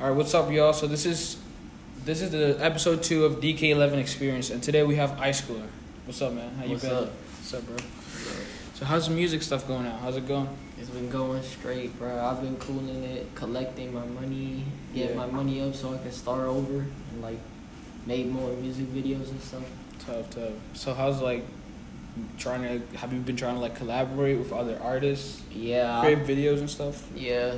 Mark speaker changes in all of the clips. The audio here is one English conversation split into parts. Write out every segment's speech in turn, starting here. Speaker 1: All right, what's up, y'all? So this is this is the episode two of DK11 Experience, and today we have Ice Cooler. What's up, man? How you
Speaker 2: What's
Speaker 1: feeling?
Speaker 2: up?
Speaker 1: What's up, bro? So how's the music stuff going out? How's it going?
Speaker 2: It's been going straight, bro. I've been cooling it, collecting my money, getting
Speaker 1: Yeah.
Speaker 2: my money up so I can start over and like make more music videos and stuff.
Speaker 1: Tough, tough. So how's like trying to? Have you been trying to like collaborate with other artists,
Speaker 2: Yeah. I-
Speaker 1: create videos and stuff?
Speaker 2: yeah.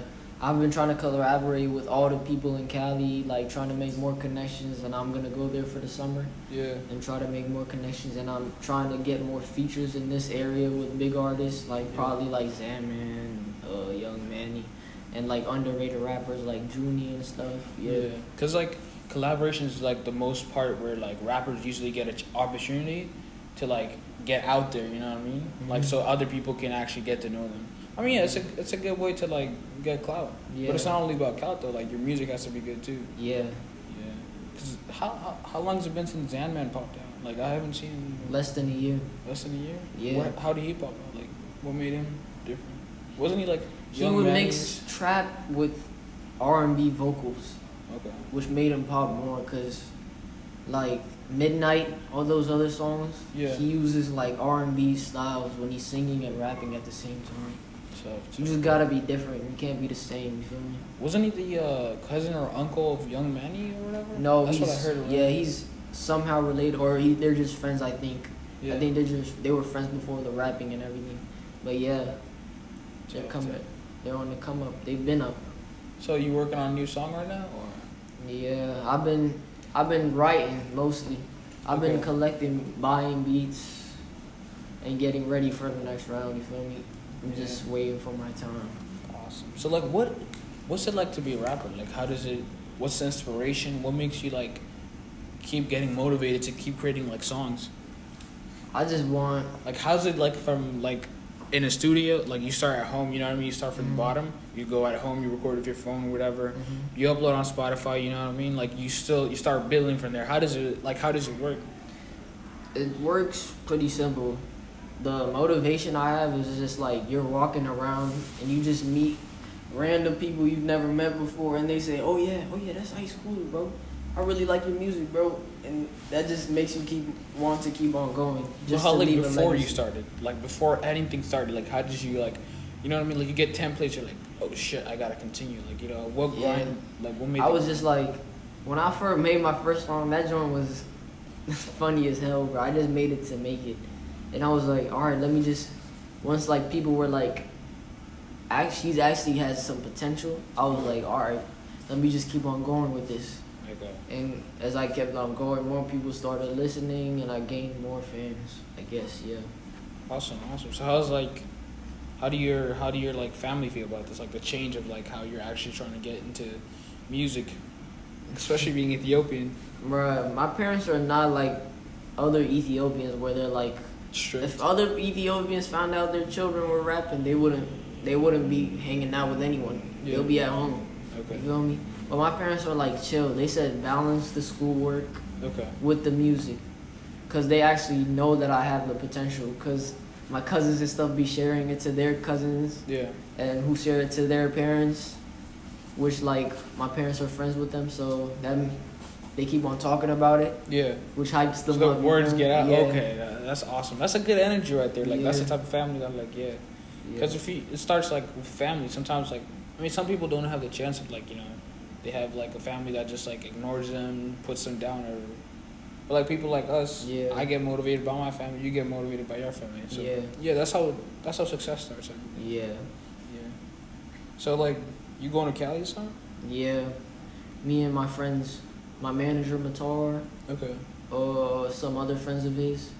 Speaker 2: I've been trying to collaborate with all the people in Cali, like trying to make more connections, and I'm gonna go there for the summer
Speaker 1: Yeah.
Speaker 2: and try to make more connections. And I'm trying to get more features in this area with big artists, like
Speaker 1: Yeah.
Speaker 2: probably like Zaman, uh, Young Manny, and like underrated rappers like Junie and stuff.
Speaker 1: Yeah. Cause like collaborations is like the most part where like rappers usually get an opportunity to like get out there. You know what I mean? Like so
Speaker 2: Mhm.
Speaker 1: other people can actually get to know them. I mean, yeah, it's a it's a good way to like get clout.
Speaker 2: yeah.
Speaker 1: But it's not only about clout though. Like your music has to be good too.
Speaker 2: Yeah,
Speaker 1: Yeah. Cause how how, how long has it been since Zanman popped out? Like I haven't seen him in
Speaker 2: less than a year.
Speaker 1: less than a year.
Speaker 2: Yeah.
Speaker 1: Where, how did he pop out? Like what made him different? Wasn't he like
Speaker 2: He
Speaker 1: young
Speaker 2: would
Speaker 1: man
Speaker 2: mix trap with R and B vocals,
Speaker 1: Okay.
Speaker 2: which made him pop more. Cause like Midnight, all those other songs,
Speaker 1: Yeah.
Speaker 2: he uses like R and B styles when he's singing and rapping at the same time.
Speaker 1: So,
Speaker 2: You just gotta be different. You can't be the same. You feel me?
Speaker 1: Wasn't he the uh, cousin or uncle of Young Manny or whatever?
Speaker 2: No,
Speaker 1: that's
Speaker 2: he's,
Speaker 1: what I heard.
Speaker 2: yeah, he's somehow related, or he, they're just friends. I think.
Speaker 1: yeah.
Speaker 2: I think they're just they were friends before the rapping and everything. But yeah, they're
Speaker 1: So-
Speaker 2: coming. They're on the come up. They've been up.
Speaker 1: So you working on a new song right now, or
Speaker 2: Yeah, I've been I've been writing mostly. I've been
Speaker 1: Okay.
Speaker 2: collecting, buying beats, and getting ready for the next round. You feel me? I'm just waiting for my time.
Speaker 1: awesome? So like, what, what's it like to be a rapper? Like, how does it? What's the inspiration? What makes you like keep getting motivated to keep creating like songs?
Speaker 2: I just want
Speaker 1: Like, how's it like from like in a studio? Like, you start at home. You know what I mean? You start from the
Speaker 2: Mhm.
Speaker 1: bottom. You go at home. You record with your phone, or whatever. You upload on Spotify. You know what I mean? Like, you still you start building from there. How does it like? How does it work?
Speaker 2: it works pretty simple. The motivation I have is just like you're walking around and you just meet random people you've never met before, and they say, "Oh yeah, oh yeah, that's ice cool, bro. I really like your music, bro." And that just makes you keep want to keep on going. Just
Speaker 1: well, how
Speaker 2: to
Speaker 1: like
Speaker 2: leave a
Speaker 1: before you
Speaker 2: legacy.
Speaker 1: started, like before anything started, like how did you like, you know what I mean? Like you get templates, you're like, oh shit, I gotta continue. Like you know what
Speaker 2: Yeah.
Speaker 1: grind, like what made.
Speaker 2: I
Speaker 1: the-
Speaker 2: was just like, when I first made my first song, that joint was funny as hell, bro. I just made it to make it, and I was like, all right, let me just. Once like people were like, act she's actually has some potential. I was like, all right, let me just keep on going with this.
Speaker 1: like, uh,
Speaker 2: And as I kept on going, more people started listening, and I gained more fans. I guess, yeah.
Speaker 1: uh, awesome, awesome. So how's like, how do your how do your like family feel about this? Like the change of like how you're actually trying to get into music, especially being Ethiopian.
Speaker 2: Bruh, my parents are not like other Ethiopians where they're like
Speaker 1: Strict.
Speaker 2: If other Ethiopians found out their children were rapping, they wouldn't they wouldn't be hanging out with anyone.
Speaker 1: Yeah.
Speaker 2: They'll be at home.
Speaker 1: Okay.
Speaker 2: You feel me? But my parents were like chill. They said balance the schoolwork
Speaker 1: Okay.
Speaker 2: with the music, cause they actually know that I have the potential. Cause my cousins and stuff be sharing it to their cousins
Speaker 1: Yeah.
Speaker 2: and who share it to their parents, which like my parents are friends with them, so them they keep on talking about it,
Speaker 1: Yeah.
Speaker 2: which hypes
Speaker 1: So
Speaker 2: them
Speaker 1: the
Speaker 2: up. you
Speaker 1: words
Speaker 2: know?
Speaker 1: get out.
Speaker 2: Yeah.
Speaker 1: Okay, uh, that's awesome. That's a good energy right there. Like that's the
Speaker 2: Yeah.
Speaker 1: type of family that I'm like, yeah.
Speaker 2: Yeah.
Speaker 1: Because if you, it starts like with family, sometimes like I mean, some people don't have the chance of like you know, they have like a family that just like ignores them, puts them down, or but like people like us,
Speaker 2: Yeah.
Speaker 1: I get motivated by my family, you get motivated by your family. So
Speaker 2: Yeah.
Speaker 1: that's how that's how success starts. Like,
Speaker 2: Yeah.
Speaker 1: yeah. So like you going to Cali or something?
Speaker 2: Yeah, me and my friends, my manager Matar,
Speaker 1: Okay.
Speaker 2: uh, some other friends of his,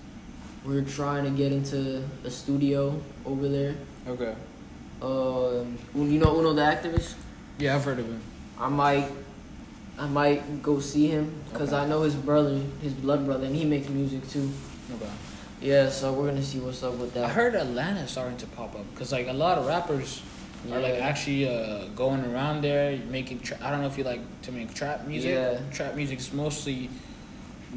Speaker 2: we are trying to get into a studio over there.
Speaker 1: Okay.
Speaker 2: Um, you know Uno the activist.
Speaker 1: Yeah, I've heard of him.
Speaker 2: I might, I might go see him because
Speaker 1: Okay.
Speaker 2: I know his brother, his blood brother, and he makes music too.
Speaker 1: Okay.
Speaker 2: Yeah, so we're gonna see what's up with that.
Speaker 1: I heard Atlanta starting to pop up because like a lot of rappers
Speaker 2: yeah.
Speaker 1: are like actually uh, going around there making. Tra- I don't know if you like to make trap music.
Speaker 2: Yeah.
Speaker 1: Trap music is mostly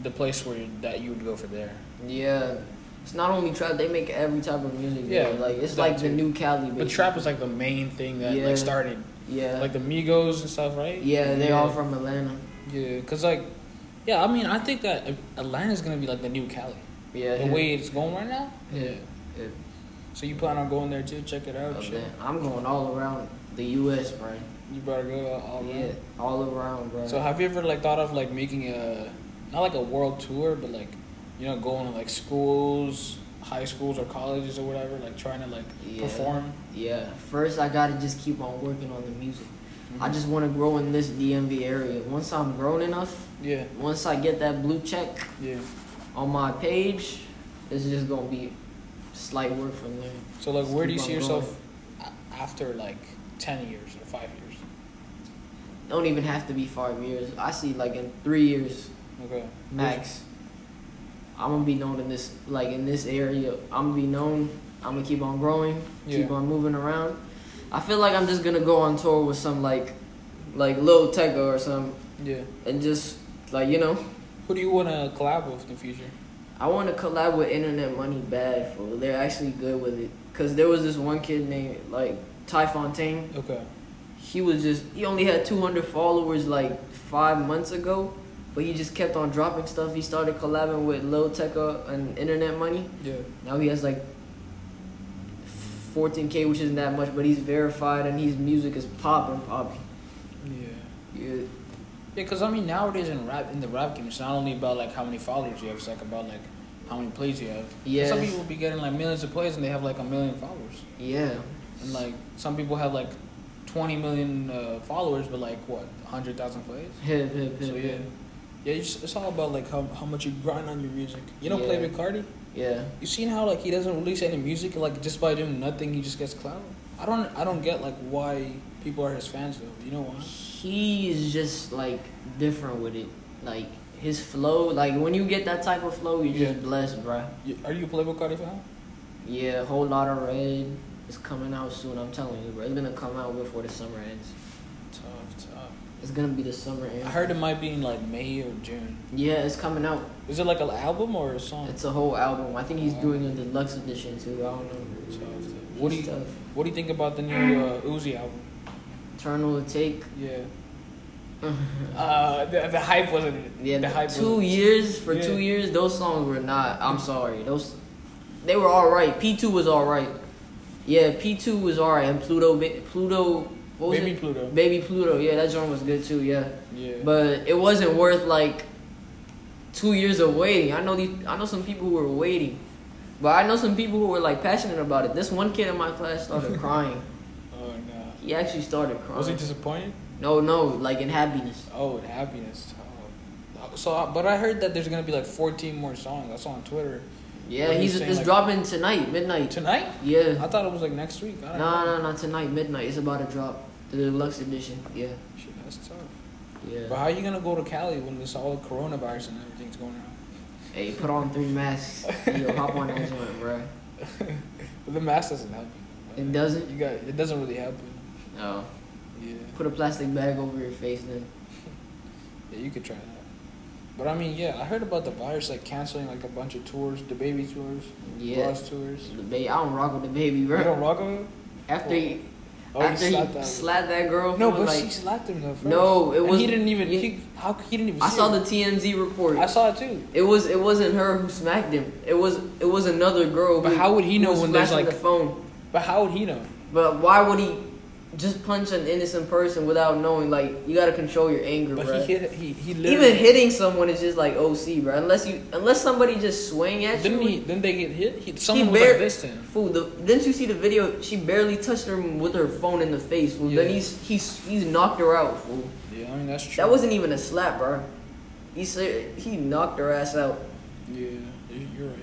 Speaker 1: the place where that you would go for there.
Speaker 2: yeah. It's not only trap; they make every type of music.
Speaker 1: Yeah,
Speaker 2: Yeah, like it's
Speaker 1: that
Speaker 2: like the
Speaker 1: too.
Speaker 2: new Cali.
Speaker 1: But
Speaker 2: basically.
Speaker 1: trap is like the main thing that
Speaker 2: Yeah.
Speaker 1: like started
Speaker 2: Yeah.
Speaker 1: like the Migos and stuff, right?
Speaker 2: yeah, they're all from Atlanta.
Speaker 1: Yeah, cause like, yeah, I mean, I think that Atlanta's gonna be like the new Cali.
Speaker 2: Yeah.
Speaker 1: The way it's going right now.
Speaker 2: Yeah. yeah.
Speaker 1: So you plan on going there too? Check it out.
Speaker 2: Up
Speaker 1: Shit.
Speaker 2: there. I'm going all around the U.S., bro.
Speaker 1: You better go all- all
Speaker 2: yeah,
Speaker 1: around.
Speaker 2: all around, bro.
Speaker 1: So have you ever like thought of like making a, not like a world tour, but like, you know, going to like schools, high schools or colleges or whatever, like trying to like
Speaker 2: Yeah.
Speaker 1: perform.
Speaker 2: yeah. First, I gotta just keep on working on the music. I just want to grow in this DMV area. Once I'm grown enough,
Speaker 1: Yeah.
Speaker 2: once I get that blue check
Speaker 1: Yeah.
Speaker 2: on my page, it's just gonna be slight work from there.
Speaker 1: So like, where do you
Speaker 2: Keep
Speaker 1: see
Speaker 2: on
Speaker 1: yourself a- after like ten years or five years?
Speaker 2: Don't even have to be five years. I see like in three years
Speaker 1: Okay.
Speaker 2: max. I'm gonna be known in this like in this area. I'm gonna be known. I'm gonna keep on growing, keep
Speaker 1: Yeah.
Speaker 2: on moving around. I feel like I'm just gonna go on tour with some like like Lil Tecca or some
Speaker 1: Yeah.
Speaker 2: and just like you know.
Speaker 1: Who do you want to collab with in the future?
Speaker 2: I want to collab with Internet Money bad for they're actually good with it. Cause there was this one kid named like Ty Fontaine.
Speaker 1: Okay.
Speaker 2: He was just he only had 200 followers like five months ago, but he just kept on dropping stuff. He started collabing with Lil Tecca and Internet Money.
Speaker 1: Yeah.
Speaker 2: Now he has like 14k, which isn't that much, but he's verified and his music is popping, popping.
Speaker 1: Yeah.
Speaker 2: Yeah,
Speaker 1: Yeah, because I mean nowadays in rap in the rap game, it's not only about like how many followers you have. It's like about like how many plays you have. 'Cause Some
Speaker 2: Yes.
Speaker 1: people be getting like millions of plays and they have like a million followers.
Speaker 2: yeah,
Speaker 1: And like some people have like twenty million uh, followers, but like what hundred thousand plays.
Speaker 2: hip, hip, hip.
Speaker 1: So yeah,
Speaker 2: hip.
Speaker 1: yeah, it's, it's all about like how how much you grind on your music. You know,
Speaker 2: Yeah.
Speaker 1: play with Cardi.
Speaker 2: yeah.
Speaker 1: You seen how like he doesn't release any music, like just by doing nothing, he just gets clout. I don't I don't get like why people are his fans though. You know why?
Speaker 2: He is just like different with it. Like his flow, like when you get that type of flow, you're
Speaker 1: Yeah.
Speaker 2: just blessed, bruh.
Speaker 1: You, are you a Playboy Cardi fan?
Speaker 2: Yeah, whole lot of red is coming out soon. I'm telling you, bro. It's gonna come out before the summer ends.
Speaker 1: Tough, tough.
Speaker 2: It's gonna be the summer end.
Speaker 1: I heard it might be in like May or June.
Speaker 2: Yeah, it's coming out.
Speaker 1: Is it like an album or a song?
Speaker 2: It's a whole album. I think he's doing a deluxe edition too. I don't know.
Speaker 1: Tough, tough. What do
Speaker 2: It's
Speaker 1: you
Speaker 2: tough.
Speaker 1: What do you think about the new uh, Uzi album?
Speaker 2: Eternal take.
Speaker 1: Yeah. uh, the, the hype wasn't.
Speaker 2: Yeah,
Speaker 1: the hype.
Speaker 2: two
Speaker 1: wasn't-
Speaker 2: years for
Speaker 1: Yeah.
Speaker 2: two years. Those songs were not. I'm sorry. Those they were all right. P two was all right. Yeah, P two was all right. And Pluto, Ba- Pluto, what was
Speaker 1: Baby
Speaker 2: it?
Speaker 1: Pluto.
Speaker 2: Baby Pluto. Yeah, that joint was good too. Yeah,
Speaker 1: Yeah.
Speaker 2: but it wasn't worth like two years of waiting. I know these. I know some people who were waiting, but I know some people who were like passionate about it. This one kid in my class started crying.
Speaker 1: oh no.
Speaker 2: He actually started crying.
Speaker 1: Was he disappointed?
Speaker 2: no, no, like in happiness.
Speaker 1: Oh, the happiness. Oh. So, uh, but I heard that there's gonna be like 14 more songs. I saw on Twitter
Speaker 2: Yeah,
Speaker 1: What are you
Speaker 2: he's
Speaker 1: saying,
Speaker 2: it's
Speaker 1: like-
Speaker 2: dropping tonight, midnight.
Speaker 1: tonight.
Speaker 2: Yeah.
Speaker 1: I thought it was like next week. I don't
Speaker 2: No,
Speaker 1: know.
Speaker 2: no, not tonight. Midnight. It's about to drop. The deluxe edition. Yeah.
Speaker 1: Shit, that's tough. But
Speaker 2: Yeah.
Speaker 1: how are you gonna go to Cali when this all the coronavirus and everything's going around?
Speaker 2: Hey, put on three masks. and Yo, hop on that joint, bro.
Speaker 1: the mask doesn't help you.
Speaker 2: It doesn't?
Speaker 1: You got it doesn't really help you.
Speaker 2: No.
Speaker 1: Yeah.
Speaker 2: Put a plastic bag over your face then.
Speaker 1: Yeah, you could try that. But I mean, yeah, I heard about the virus like canceling like a bunch of tours, the baby tours,
Speaker 2: Yeah.
Speaker 1: Ross tours.
Speaker 2: The baby, I don't rock with the baby,
Speaker 1: You don't
Speaker 2: bro.
Speaker 1: rock with him?
Speaker 2: After he,
Speaker 1: Oh, he
Speaker 2: after he
Speaker 1: slapped
Speaker 2: slapped,
Speaker 1: that.
Speaker 2: that girl,
Speaker 1: no,
Speaker 2: for,
Speaker 1: but
Speaker 2: like,
Speaker 1: she slapped him though. First.
Speaker 2: No, it
Speaker 1: And
Speaker 2: was-
Speaker 1: He didn't even.
Speaker 2: you-
Speaker 1: he, how he didn't even.
Speaker 2: I
Speaker 1: see
Speaker 2: saw
Speaker 1: her.
Speaker 2: the TMZ report.
Speaker 1: I saw it too.
Speaker 2: it was it wasn't her who smacked him. It was it was another girl.
Speaker 1: But
Speaker 2: who-
Speaker 1: how would he
Speaker 2: who
Speaker 1: know
Speaker 2: was
Speaker 1: when there's,
Speaker 2: flashing
Speaker 1: like-
Speaker 2: the phone?
Speaker 1: But how would he know?
Speaker 2: But why would he just punch an innocent person without knowing? Like you gotta control your anger,
Speaker 1: But
Speaker 2: bro.
Speaker 1: he hit. He he literally.
Speaker 2: Even hitting someone is just like OC, bro. Unless you, unless somebody just swing at
Speaker 1: Didn't
Speaker 2: you.
Speaker 1: he? Didn't they get hit? He, someone was
Speaker 2: bar-
Speaker 1: like this to him.
Speaker 2: Fool, the, didn't you see the video? She barely touched him with her phone in the face. Fool.
Speaker 1: Yeah.
Speaker 2: Then he's he's he's knocked her out. Fool,
Speaker 1: Yeah, I mean that's true.
Speaker 2: that wasn't even a slap, bro. He ser- he knocked her ass out.
Speaker 1: Yeah, you- you're right. You're right.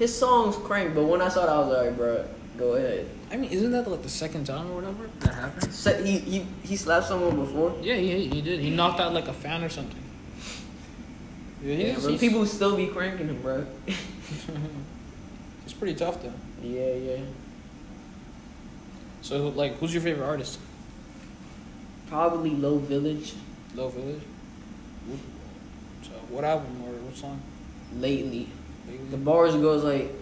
Speaker 2: His songs crank, but when I saw that, I was like, bro, go ahead.
Speaker 1: I mean, isn't that like the second time or whatever that happened?
Speaker 2: So he he he slapped someone before.
Speaker 1: Yeah, he, he did. He knocked out like a fan or something. Yeah,
Speaker 2: Yeah,
Speaker 1: he's,
Speaker 2: bro,
Speaker 1: he's,
Speaker 2: people still be cranking him, bro.
Speaker 1: he's pretty tough though.
Speaker 2: Yeah, yeah.
Speaker 1: So, like, who's your favorite artist?
Speaker 2: Probably Low Village
Speaker 1: Low Village. Wh- So, what album or what song?
Speaker 2: lately. The
Speaker 1: Lately?
Speaker 2: bars goes like,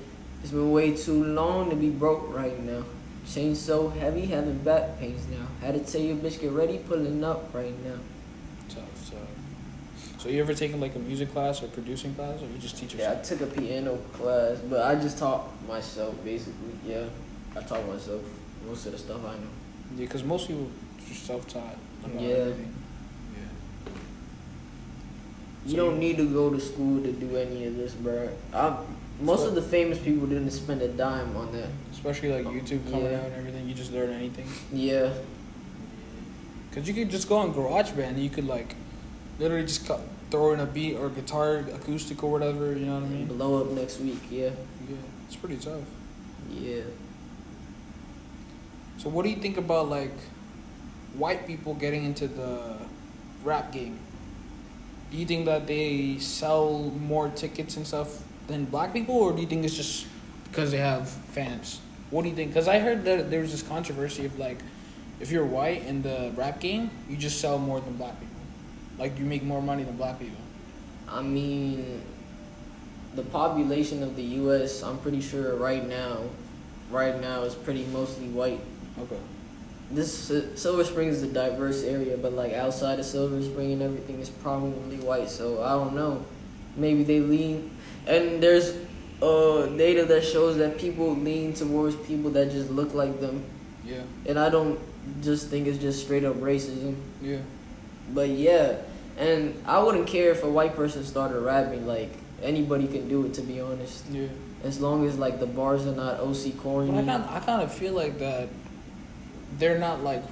Speaker 2: it's been way too long to be broke right now. Chains so heavy, having back pains now. Had to tell your bitch get ready, pulling up right now.
Speaker 1: Tough, so. So you ever taken like a music class or producing class, or you just teach
Speaker 2: Yeah, I
Speaker 1: yourself?
Speaker 2: took a piano class, but I just taught myself basically. Yeah, I taught myself most of the stuff I know.
Speaker 1: Yeah, because most people are self-taught. About
Speaker 2: Yeah.
Speaker 1: Everything.
Speaker 2: You
Speaker 1: So
Speaker 2: don't
Speaker 1: you-
Speaker 2: need to go to school to do any of this, bro. I, most
Speaker 1: So-
Speaker 2: of the famous people didn't spend a dime on that.
Speaker 1: Yeah. Especially like YouTube coming
Speaker 2: Yeah.
Speaker 1: out and everything, you just learn anything.
Speaker 2: Yeah,
Speaker 1: Cause you could just go on GarageBand and you could like, literally just cut, throw in a beat or guitar acoustic or whatever. You know what I mean?
Speaker 2: blow up next week. Yeah,
Speaker 1: Yeah, it's pretty tough.
Speaker 2: yeah.
Speaker 1: So what do you think about like white people getting into the rap game? Do you think that they sell more tickets and stuff than black people, or do you think it's just because they have fans? What do you think? Because I heard that there was this controversy of like, if you're white in the rap game, you just sell more than black people. Like you make more money than black people.
Speaker 2: I mean, the population of the U.S. I'm pretty sure right now, right now is pretty mostly white.
Speaker 1: Okay.
Speaker 2: This uh, Silver Spring is a diverse area, but like outside of Silver Spring and everything is probably white. So I don't know. Maybe they lean, and there's uh data that shows that people lean towards people that just look like them,
Speaker 1: Yeah.
Speaker 2: and I don't just think it's just straight up racism.
Speaker 1: Yeah.
Speaker 2: But yeah, and I wouldn't care if a white person started rapping. Like anybody can do it, to be honest.
Speaker 1: Yeah.
Speaker 2: As long as like the bars are not OC corny.
Speaker 1: But I kind I kind of feel like that they're not like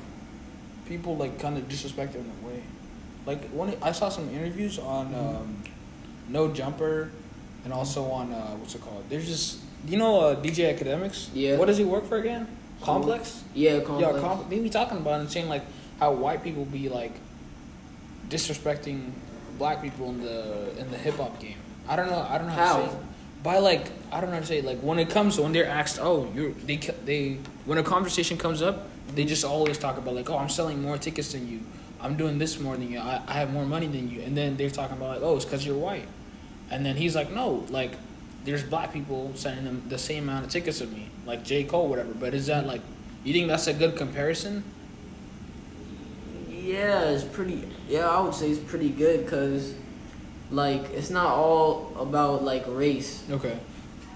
Speaker 1: people like kind of disrespect them in a way. Like one, I saw some interviews on
Speaker 2: Mm-hmm.
Speaker 1: um, No Jumper, and also on uh, what's it called? There's just you know uh, DJ Academics.
Speaker 2: Yeah.
Speaker 1: What does he work for again?
Speaker 2: So-
Speaker 1: Complex.
Speaker 2: yeah, complex.
Speaker 1: Yeah, com- they be talking about it and saying like how white people be like disrespecting black people in the in the hip hop game. I don't know. I don't know how.
Speaker 2: How?
Speaker 1: to say it. By like I don't know how to say it. like when it comes when they're asked oh you they c- they when a conversation comes up they just always talk about like oh I'm selling more tickets than you I'm doing this more than you I, I have more money than you and then they're talking about like oh it's because you're white and then he's like no like there's black people sending them the same amount of tickets as me like J Cole whatever but is that like you think that's a good comparison?
Speaker 2: yeah, it's pretty. Yeah, I would say it's pretty good because, like, it's not all about like race.
Speaker 1: Okay.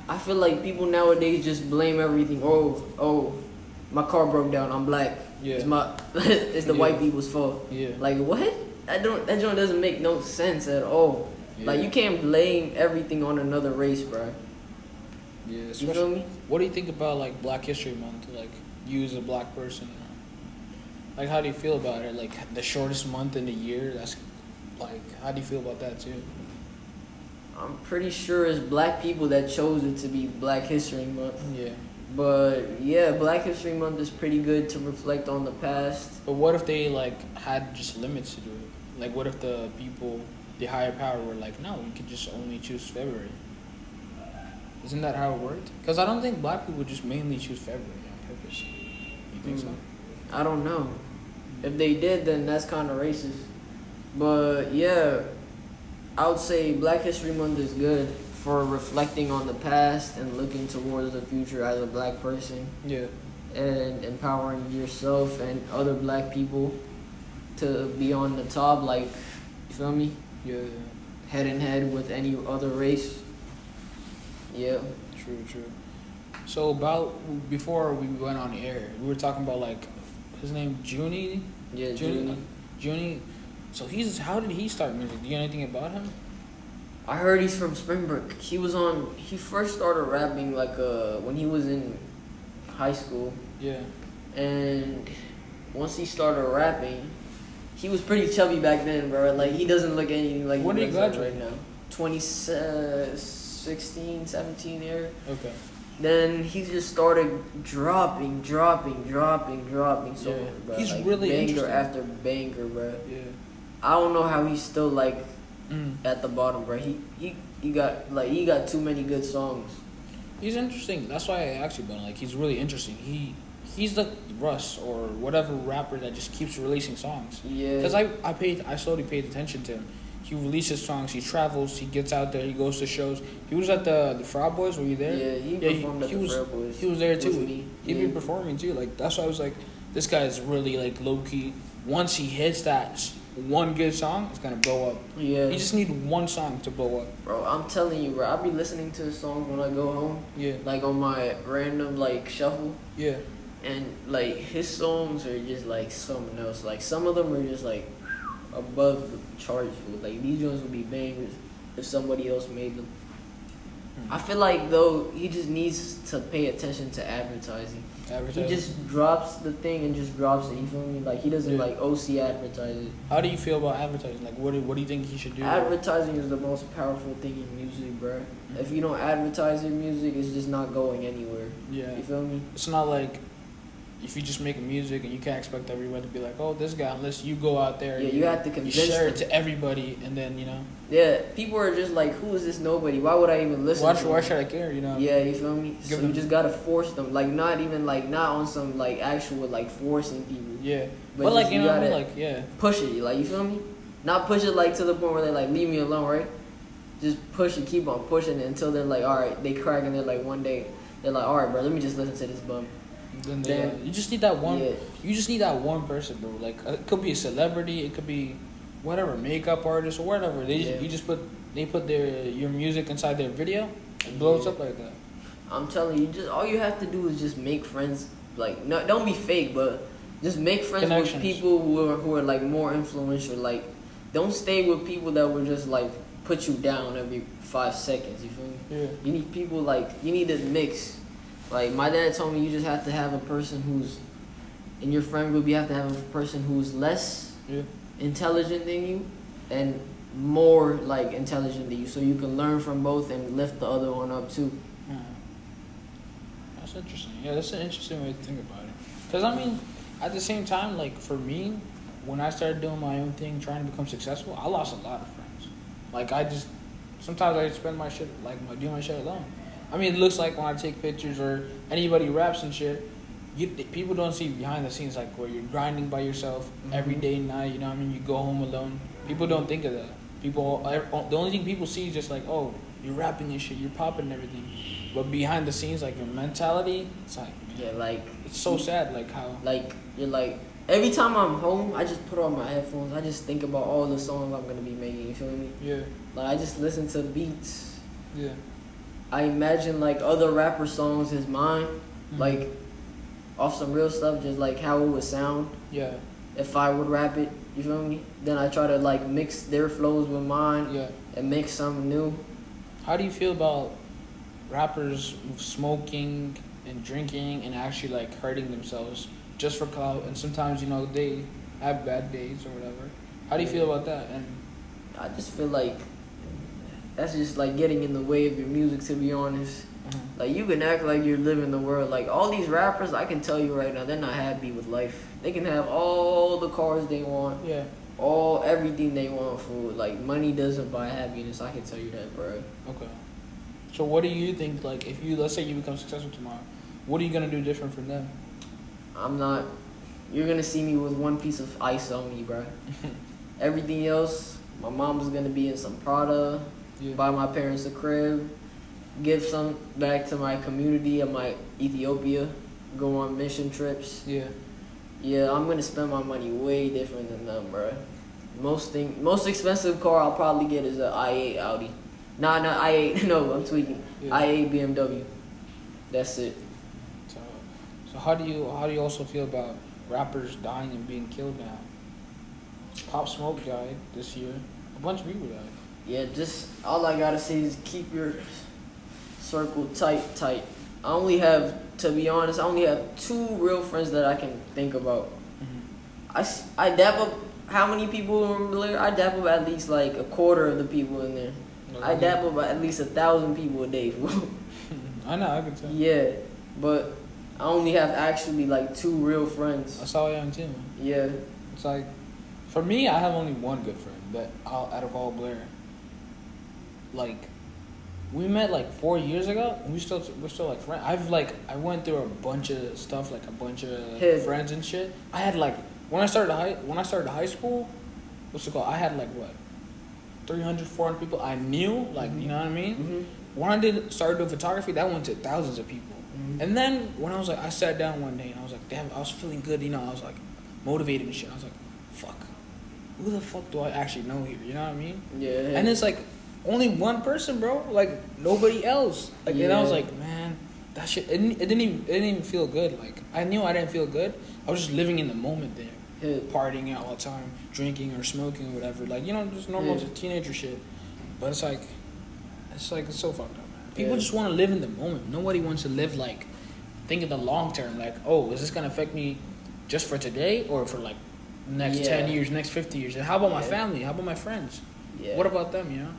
Speaker 2: I feel like people nowadays just blame everything. Oh, oh, my car broke down. I'm black.
Speaker 1: Yeah.
Speaker 2: It's my. it's the
Speaker 1: Yeah.
Speaker 2: white people's fault.
Speaker 1: Yeah.
Speaker 2: Like what? I don't. That joint doesn't make no sense at all. Like you can't blame everything on another race, bro.
Speaker 1: Yeah.
Speaker 2: You feel me?
Speaker 1: What do you think about like Black History Month? Like you as a black person, like how do you feel about it? Like the shortest month in the year. That's like how do you feel about that too?
Speaker 2: I'm pretty sure it's black people that chose it to be Black History Month.
Speaker 1: Yeah.
Speaker 2: But yeah, Black History Month is pretty good to reflect on the past.
Speaker 1: But what if they like had just limits to do it? Like what if the people, the higher power, were like, no, you could just only choose February. Isn't that how it worked? Because I don't think black people just mainly choose February on purpose. You think so?
Speaker 2: Mm. I don't know. If they did, then that's kind of racist. But yeah, I would say Black History Month is good for reflecting on the past and looking towards the future as a black person
Speaker 1: Yeah.
Speaker 2: and empowering yourself and other black people to be on the top, like, you feel me?
Speaker 1: Yeah. yeah.
Speaker 2: Head in head with any other race. Yeah.
Speaker 1: True. True. So about before we went on air, we were talking about like his name Junie.
Speaker 2: Yeah,
Speaker 1: Junie.
Speaker 2: Junie.
Speaker 1: Junie. So he's how did he start music? Do you know anything about him?
Speaker 2: I heard he's from Springbrook. He was on. He first started rapping like uh when he was in high school,
Speaker 1: Yeah.
Speaker 2: and once he started rapping, he was pretty chubby back then, bro. Like he doesn't look anything like
Speaker 1: When
Speaker 2: he
Speaker 1: did he
Speaker 2: looks like
Speaker 1: graduate?
Speaker 2: right now. 2016, 17 era.
Speaker 1: Okay.
Speaker 2: Then he just started dropping, dropping, dropping, dropping. So
Speaker 1: Yeah.
Speaker 2: bro,
Speaker 1: He's
Speaker 2: like,
Speaker 1: really
Speaker 2: banger
Speaker 1: interesting.
Speaker 2: after banger, bro.
Speaker 1: Yeah.
Speaker 2: I don't know how he's still like
Speaker 1: Mm.
Speaker 2: at the bottom, bro. He he he got like he got too many good songs.
Speaker 1: He's interesting. That's why I asked you about him. Like he's really interesting. He he's like Russ or whatever rapper that just keeps releasing songs.
Speaker 2: Yeah.
Speaker 1: Because I I paid I slowly paid attention to him. He releases songs. He travels. He gets out there. He goes to shows. He was at the the Fraud Boys. Were you there?
Speaker 2: Yeah, he
Speaker 1: Yeah, he-
Speaker 2: performed
Speaker 1: he
Speaker 2: at the
Speaker 1: was-
Speaker 2: Frail Boys.
Speaker 1: He was there
Speaker 2: with
Speaker 1: too.
Speaker 2: me.
Speaker 1: He'd
Speaker 2: Yeah.
Speaker 1: be performing too. Like that's why I was like, this guy is really like low key. Once he hits that s- one good song, it's gonna blow up.
Speaker 2: Yeah,
Speaker 1: You just need one song to blow up.
Speaker 2: bro, I'm telling you, bro. I be listening to his songs when I go home,
Speaker 1: Yeah,
Speaker 2: like on my random like shuffle,
Speaker 1: yeah,
Speaker 2: and like his songs are just like something else. Like some of them are just like above the charts. fool. Like these ones would be bangers if somebody else made them.
Speaker 1: Hmm.
Speaker 2: I feel like though he just needs to pay attention to advertising. He
Speaker 1: advertising.
Speaker 2: just drops the thing and just drops it. You feel me? Like he doesn't
Speaker 1: Yeah.
Speaker 2: like OC advertise it.
Speaker 1: How do you feel about advertising? Like, what do, what do you think he should do?
Speaker 2: Advertising is the most powerful thing in music, bro.
Speaker 1: Hmm.
Speaker 2: If you don't advertise your music, it's just not going anywhere.
Speaker 1: yeah,
Speaker 2: You feel me?
Speaker 1: it's not like if you just make music and you can't expect everyone to be like, oh, this guy. Unless you go out there,
Speaker 2: Yeah,
Speaker 1: and
Speaker 2: you have to
Speaker 1: you
Speaker 2: convince
Speaker 1: share
Speaker 2: them.
Speaker 1: it to everybody, and then you know,
Speaker 2: yeah, people are just like, who is this nobody? Why would I even listen?
Speaker 1: why,
Speaker 2: to
Speaker 1: should- why
Speaker 2: them?"
Speaker 1: should I care? You know,
Speaker 2: Yeah, you feel me?
Speaker 1: Give
Speaker 2: So you
Speaker 1: them-
Speaker 2: just gotta force them, like not even like not on some like actual like forcing people,
Speaker 1: yeah. But,
Speaker 2: but, just,
Speaker 1: like you know, what I
Speaker 2: gotta
Speaker 1: mean? like yeah,
Speaker 2: push it. Like you feel me? Not push it like to the point where they like leave me alone, right? Just push it, keep on pushing it until they're like, all right, they crack and they're like one day they're like, all right, bro, let me just listen to this bum.
Speaker 1: then they, uh,
Speaker 2: Damn.
Speaker 1: you just need that one.
Speaker 2: Yeah.
Speaker 1: You just need that one person, bro. Like uh, it could be a celebrity, it could be whatever makeup artist or whatever. They
Speaker 2: Yeah.
Speaker 1: just, you just put they put their your music inside their video, it blows
Speaker 2: Yeah.
Speaker 1: up like that.
Speaker 2: I'm telling you, just all you have to do is just make friends. Like, no, don't be fake, but just make friends with
Speaker 1: Connections.
Speaker 2: people who are who are like more influential. Like, don't stay with people that will just like put you down every five seconds. You feel me?
Speaker 1: Yeah,
Speaker 2: You need people like you need to mix. Like my dad told me, you just have to have a person who's in your friend group. You have to have a person who's less
Speaker 1: yeah,
Speaker 2: intelligent than you and more like intelligent than you, so you can learn from both and lift the other one up too.
Speaker 1: Uh, that's interesting. Yeah, that's an interesting way to think about it. Cause I mean, at the same time, like for me, when I started doing my own thing, trying to become successful, I lost a lot of friends. Like I just sometimes I spend my shit like my do my shit alone. I mean, it looks like when I take pictures or anybody raps and shit, you people don't see behind the scenes like where you're grinding by yourself every
Speaker 2: Mhm.
Speaker 1: day and night. You know what I mean? You go home alone. People don't think of that. People, the only thing people see is just like, oh, you're rapping and shit, you're popping and everything. But behind the scenes, like your mentality, it's like, man,
Speaker 2: Yeah, like
Speaker 1: it's so sad. Like how,
Speaker 2: Like you're like every time I'm home, I just put on my headphones. I just think about all the songs I'm gonna be making. You feel me?
Speaker 1: yeah,
Speaker 2: Like I just listen to beats.
Speaker 1: yeah,
Speaker 2: I imagine like other rapper songs is mine,
Speaker 1: Mhm.
Speaker 2: like off some real stuff, just like how it would sound
Speaker 1: yeah,
Speaker 2: if I would rap it. You feel me? Then I try to like mix their flows with mine
Speaker 1: yeah.
Speaker 2: and make something new.
Speaker 1: How do you feel about rappers smoking and drinking and actually like hurting themselves just for clout? And sometimes you know they have bad days or whatever. How do you feel about that? And
Speaker 2: I just feel like that's just like getting in the way of your music. To be honest.
Speaker 1: uh-huh.
Speaker 2: Like you can act like you're living the world. Like all these rappers, I can tell you right now, they're not happy with life. They can have all the cars they want,
Speaker 1: yeah,
Speaker 2: all everything they want for like money doesn't buy happiness. I can tell you that, bro.
Speaker 1: okay. So what do you think? Like if you let's say you become successful tomorrow, what are you gonna do different from them?
Speaker 2: I'm not. You're gonna see me with one piece of ice on me, bro. Everything else, my mom's gonna be in some Prada,
Speaker 1: Yeah.
Speaker 2: buy my parents a crib, give some back to my community and my Ethiopia, go on mission trips.
Speaker 1: Yeah.
Speaker 2: Yeah, I'm gonna spend my money way different than them, bruh. Most thing, most expensive car I'll probably get is a i8 Audi. Nah, nah, i8. No, I'm tweaking.
Speaker 1: yeah.
Speaker 2: i8 BMW. That's it.
Speaker 1: So, so how do you how do you also feel about rappers dying and being killed now? Pop Smoke died this year. A bunch of people died.
Speaker 2: Yeah, just all I gotta say is keep your circle tight, tight. I only have, to be honest, I only have two real friends that I can think about. I, s- I dap up how many people in there? I dap up at least like a quarter of the people in there. I dap up at least a thousand people a day. fool.
Speaker 1: I know. I can tell.
Speaker 2: yeah, but I only have actually like two real
Speaker 1: I
Speaker 2: friends.
Speaker 1: saw it on Tim.
Speaker 2: Yeah,
Speaker 1: It's like, for me, I have only one good friend, but out out of all Blair, like, we met like four years ago, and we still we're still like friends. I've like I went through a bunch of stuff, like a bunch of
Speaker 2: Yeah.
Speaker 1: friends and shit. I had like when I started high when I started high school, what's it called? I had like what 300, 400 people I knew, like, you know what I mean?
Speaker 2: Mm-hmm.
Speaker 1: When I did started doing photography, that went to thousands of people.
Speaker 2: Mhm.
Speaker 1: And then when I was like, I sat down one day and I was like, damn, I was feeling good, you know, I was like motivated and shit. I was like, fuck, who the fuck do I actually know here? You know what I mean?
Speaker 2: Yeah.
Speaker 1: Mm-hmm. And it's like only one person, bro. Like nobody else. Like and I was
Speaker 2: Yeah.
Speaker 1: like, man, that shit. It, didn't- it didn't even. It didn't even feel good. Like I knew I didn't feel good. I was just living in the moment there,
Speaker 2: Yeah.
Speaker 1: partying out all the time, drinking or smoking or whatever. Like you know, just normal
Speaker 2: Yeah.
Speaker 1: teenager shit. But it's like, it's like it's so fucked up. Man. People
Speaker 2: Yeah.
Speaker 1: just want to live in the moment. Nobody wants to live like, think of the long term. Like, oh, is this gonna affect me, just for today or for like, next
Speaker 2: Yeah.
Speaker 1: ten years, next fifty years? And how about my
Speaker 2: Yeah.
Speaker 1: family? How about my friends?
Speaker 2: yeah.
Speaker 1: What about them, you know?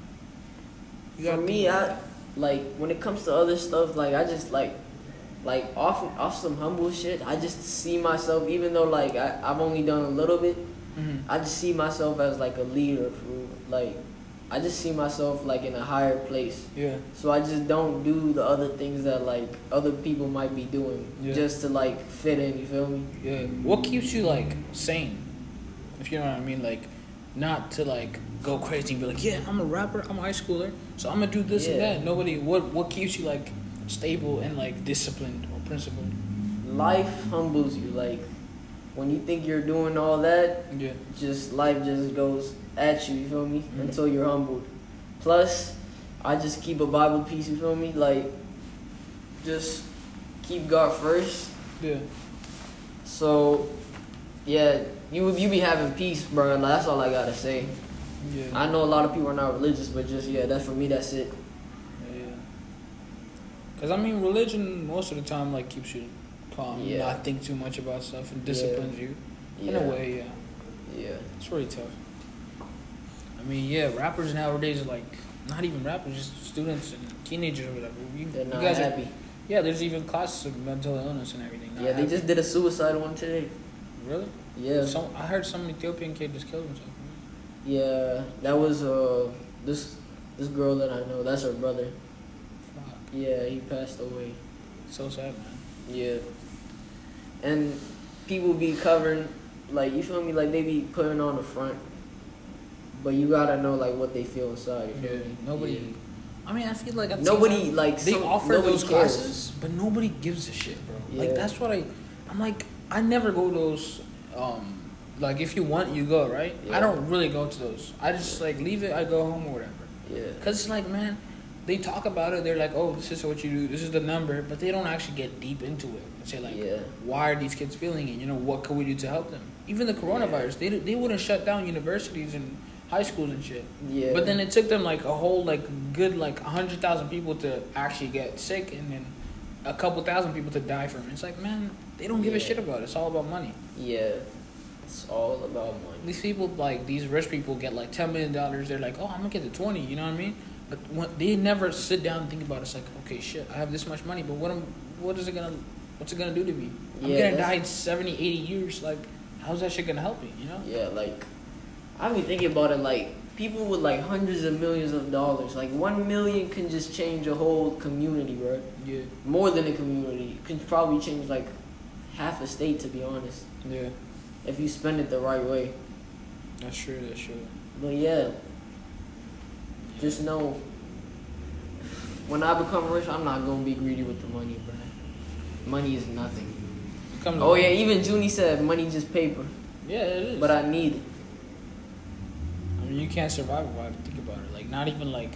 Speaker 2: For
Speaker 1: gotta
Speaker 2: me,
Speaker 1: think about
Speaker 2: I like when it comes to other stuff. Like I just like, like off off some humble shit. I just see myself, even though like I, I've only done a little bit.
Speaker 1: that. Mhm.
Speaker 2: I just see myself as like a leader. For, like I just see myself like in a higher place.
Speaker 1: Yeah.
Speaker 2: So I just don't do the other things that like other people might be doing
Speaker 1: Yeah.
Speaker 2: just to like fit in. You feel me?
Speaker 1: Yeah. What keeps you like sane? If you know what I mean, like not to like go crazy and be like, Yeah, I'm a rapper, I'm a high schooler, so I'm gonna do this and
Speaker 2: Yeah.
Speaker 1: that. Nobody what what keeps you like stable and like disciplined or principled?
Speaker 2: Life humbles you. Like when you think you're doing all that,
Speaker 1: Yeah.
Speaker 2: just life just goes at you, you feel me?
Speaker 1: Mhm.
Speaker 2: Until you're humbled. Plus, I just keep a Bible piece, you feel me? Like, just keep God first.
Speaker 1: Yeah.
Speaker 2: So, yeah, you you be having peace, bro. and That's all I gotta say.
Speaker 1: Mm-hmm. Yeah.
Speaker 2: I know a lot of people are not religious, but just yeah, that's for me. That's it.
Speaker 1: yeah. Cause I mean religion most of the time like keeps you calm,
Speaker 2: Yeah.
Speaker 1: not think too much about stuff and disciplines you.
Speaker 2: Yeah.
Speaker 1: In a way, yeah.
Speaker 2: Yeah.
Speaker 1: It's really tough. I mean, yeah, rappers nowadays are like not even rappers, just students and teenagers or whatever. You,
Speaker 2: They're
Speaker 1: you
Speaker 2: not
Speaker 1: guys
Speaker 2: happy.
Speaker 1: Are, yeah, there's even classes of mental illness and everything. not
Speaker 2: yeah, they
Speaker 1: happy.
Speaker 2: just did a suicide one today.
Speaker 1: really.
Speaker 2: Yeah.
Speaker 1: Some I heard some Ethiopian kid just killed himself.
Speaker 2: Yeah. That was uh this this girl that I know. That's her brother.
Speaker 1: Fuck,
Speaker 2: Yeah, he passed away.
Speaker 1: so sad, man.
Speaker 2: Yeah. And people be covering, like, you feel me? Like, they be putting on the front. But you gotta know, like, what they feel inside. You feel me?
Speaker 1: Nobody. I mean, I feel like at the same
Speaker 2: Nobody,
Speaker 1: time,
Speaker 2: like,
Speaker 1: they
Speaker 2: some-
Speaker 1: offer
Speaker 2: nobody
Speaker 1: those
Speaker 2: cares.
Speaker 1: classes, but nobody gives a shit, bro. Like
Speaker 2: Yeah.
Speaker 1: that's what I, I'm like I never go to those. Um, like if you want, you go right. I
Speaker 2: Yeah.
Speaker 1: don't really go to those. I just like leave it. I go home or whatever.
Speaker 2: Yeah.
Speaker 1: Cause it's like man, they talk about it. They're like, oh, this is what you do. This is the number, but they don't actually get deep into it and say like,
Speaker 2: Yeah.
Speaker 1: why are these kids feeling it? You know, what can we do to help them? Even the coronavirus, they they wouldn't shut down universities and high schools and shit.
Speaker 2: Yeah.
Speaker 1: But then it took them like a whole like good like hundred thousand people to actually get sick, and then a couple thousand people to die from it. It's like man, they don't give a
Speaker 2: Yeah.
Speaker 1: shit about it. It's all about money.
Speaker 2: Yeah. It's all about money.
Speaker 1: These people like these rich people get like ten million dollars. They're like, oh, I'm gonna get the twenty. You know what I mean? But when, they never sit down and think about it. it's like, okay, shit, I have this much money, but what am what is it gonna what's it gonna do to me? I'm
Speaker 2: Yeah,
Speaker 1: gonna
Speaker 2: that's-
Speaker 1: die in 70, 80 years. Like, how's that shit gonna help me? You know?
Speaker 2: Yeah, like, I be thinking about it, like, people with, like, hundreds of millions of dollars, like, one million can just change a whole community, bro.
Speaker 1: Yeah,
Speaker 2: More than a community. Can probably change, like, half a state, to be honest,
Speaker 1: yeah,
Speaker 2: if you spend it the right way.
Speaker 1: that's true. That's true.
Speaker 2: But yeah, just know when I become rich, I'm not gonna be greedy with the money, bro. Money is nothing.
Speaker 1: It comes
Speaker 2: Oh yeah, even Junie said money just paper,
Speaker 1: yeah, it is.
Speaker 2: but I need it.
Speaker 1: I mean, you can't survive without it. Think about it. Like, not even like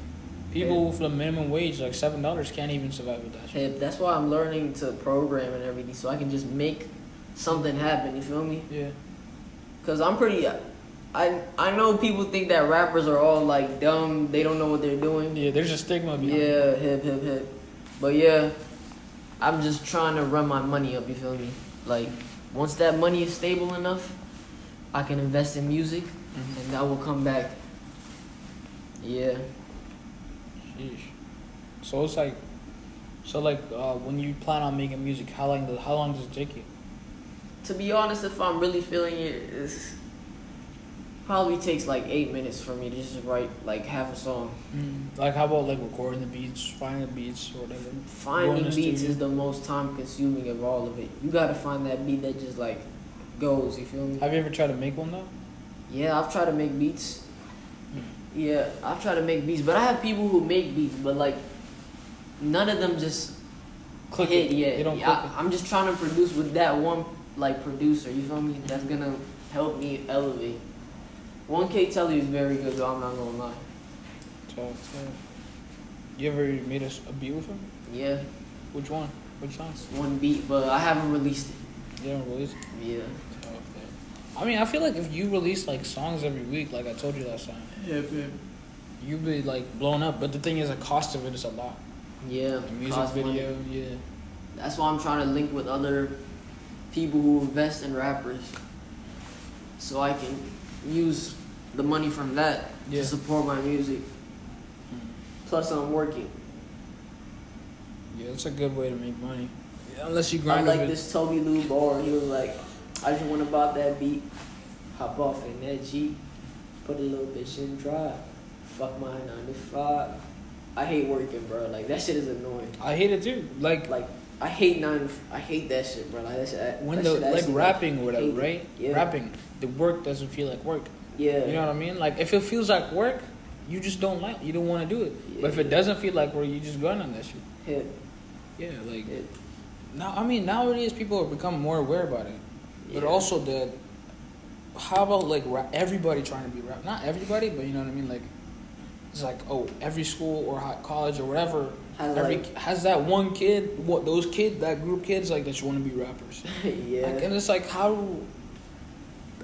Speaker 1: people with a minimum wage, like seven dollars, can't even survive with that. Shit.
Speaker 2: Hey, that's why I'm learning to program and everything, so I can just make something happen. You feel me?
Speaker 1: Yeah,
Speaker 2: Cause I'm pretty. I I know people think that rappers are all like dumb. They don't know what they're doing.
Speaker 1: yeah. There's a stigma behind. it.
Speaker 2: Yeah, hip hip hip. But yeah, I'm just trying to run my money up. You feel me? Like once that money is stable enough, I can invest in music,
Speaker 1: Mhm.
Speaker 2: and that will come back. Yeah,
Speaker 1: Mm-hmm. Sheesh. So it's like, so like uh, when you plan on making music, how long does how long does it take you?
Speaker 2: to be honest, if I'm really feeling it, it's probably takes like eight minutes for me to just write like half a song. Mm-hmm.
Speaker 1: Like how about like recording the beats, finding the beats, or whatever. Going
Speaker 2: Finding
Speaker 1: to
Speaker 2: beats
Speaker 1: studio.
Speaker 2: is the most time consuming of all of it. You gotta find that beat that just like goes. You feel me?
Speaker 1: Have you ever tried to make one though?
Speaker 2: Yeah, I've tried to make beats, Yeah, I try to make beats, but I have people who make beats, but like none of them just
Speaker 1: Click
Speaker 2: hit
Speaker 1: it.
Speaker 2: yet.
Speaker 1: They don't
Speaker 2: Yeah,
Speaker 1: click
Speaker 2: I, am just trying to produce with that one like producer. You feel me? That's gonna help me elevate. One K Telly is very good though. I'm not gonna lie.
Speaker 1: it. So, so. You ever made a, s- a beat with him?
Speaker 2: Yeah,
Speaker 1: Which one? Which songs?
Speaker 2: it's one beat, but I haven't released it.
Speaker 1: You don't release. it?
Speaker 2: Yeah.
Speaker 1: So, okay. I mean, I feel like if you release like songs every week, like I told you last time,
Speaker 2: Yeah, babe.
Speaker 1: you'd be like blown up. But the thing is, the cost of it is a lot.
Speaker 2: Yeah.
Speaker 1: The music
Speaker 2: cost money.
Speaker 1: video, yeah.
Speaker 2: That's why I'm trying to link with other people who invest in rappers, so I can use the money from that
Speaker 1: Yeah. Hmm.
Speaker 2: to support my music. Plus, I'm working.
Speaker 1: Yeah, that's a good way to make money. Yeah, unless you
Speaker 2: I
Speaker 1: grind
Speaker 2: like
Speaker 1: with
Speaker 2: this Toby Lou bar. He was like, I just want to bop that beat, hop off in that G, put a little bitch in drive, fuck my nine to five. I hate working, bro. Like that shit is annoying.
Speaker 1: I hate it too. Like
Speaker 2: Like I hate nine. I hate that shit, bro. Like that shit.
Speaker 1: when
Speaker 2: that
Speaker 1: the
Speaker 2: shit
Speaker 1: like
Speaker 2: actually-
Speaker 1: rapping or whatever,
Speaker 2: hate it.
Speaker 1: right?
Speaker 2: Yeah.
Speaker 1: Rapping, the work doesn't feel like work.
Speaker 2: Yeah.
Speaker 1: You know what I mean? Like if it feels like work, you just don't like. You don't want to do it. But if it
Speaker 2: Yeah.
Speaker 1: doesn't feel like work, you just grind on that shit.
Speaker 2: Hit,
Speaker 1: Yeah, like
Speaker 2: hit.
Speaker 1: now. I mean, nowadays people have become more aware about it. But
Speaker 2: Yeah.
Speaker 1: also the how about like ra- everybody trying to be rap? Not everybody, but you know what I mean. Like it's like oh, every school or hi- college or whatever
Speaker 2: Has,
Speaker 1: every
Speaker 2: like-
Speaker 1: has that one kid. What those kids, that group kids, like that you want to be rappers.
Speaker 2: yeah.
Speaker 1: Like, and it's like how.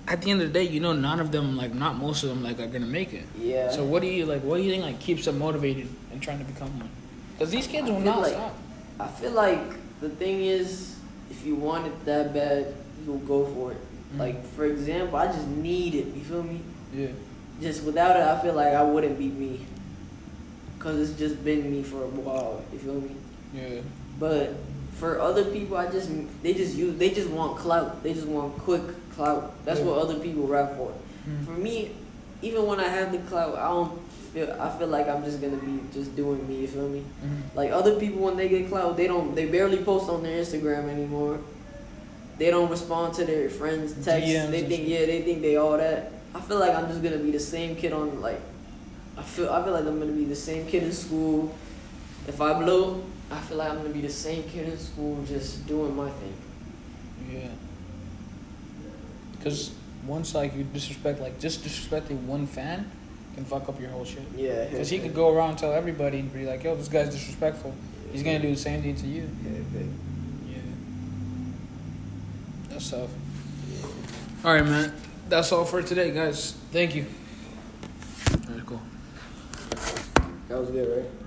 Speaker 1: At the end of the day, you know, none of them, like not most of them, like are gonna make it.
Speaker 2: yeah.
Speaker 1: So what do you like? What do you think like keeps them motivated and trying to become one? Because these kids
Speaker 2: I
Speaker 1: will
Speaker 2: feel
Speaker 1: not
Speaker 2: like-
Speaker 1: stop.
Speaker 2: I feel like the thing is, if you want it that bad, you'll go for it.
Speaker 1: Mhm.
Speaker 2: Like for example, I just need it. You feel me?
Speaker 1: Yeah.
Speaker 2: Just without it, I feel like I wouldn't be me. Cause it's just been me for a while. You feel me?
Speaker 1: Yeah.
Speaker 2: But for other people, I just they just use they just want clout. They just want quick clout. That's
Speaker 1: Yeah.
Speaker 2: what other people rap for.
Speaker 1: Mhm.
Speaker 2: For me, even when I have the clout, I don't feel. I feel like I'm just gonna be just doing me. You feel me?
Speaker 1: Mhm.
Speaker 2: Like other people, when they get clout, they don't. They barely post on their Instagram anymore. They don't respond to their friends' texts.
Speaker 1: DMs
Speaker 2: they
Speaker 1: and
Speaker 2: think
Speaker 1: shit.
Speaker 2: yeah, they think they all that. I feel like I'm just gonna be the same kid on like. I feel I feel like I'm gonna be the same kid in school. If I blow, I feel like I'm gonna be the same kid in school, just doing my thing.
Speaker 1: Yeah. Because once like you disrespect, like just disrespecting one fan can fuck up your whole shit.
Speaker 2: Yeah.
Speaker 1: Because he could go around and tell everybody and be like, "Yo, this guy's disrespectful. He's gonna do the same thing to you." Yeah. That's tough. All right, man. That's all for today, guys. Thank you. All right, cool.
Speaker 2: That was good, right?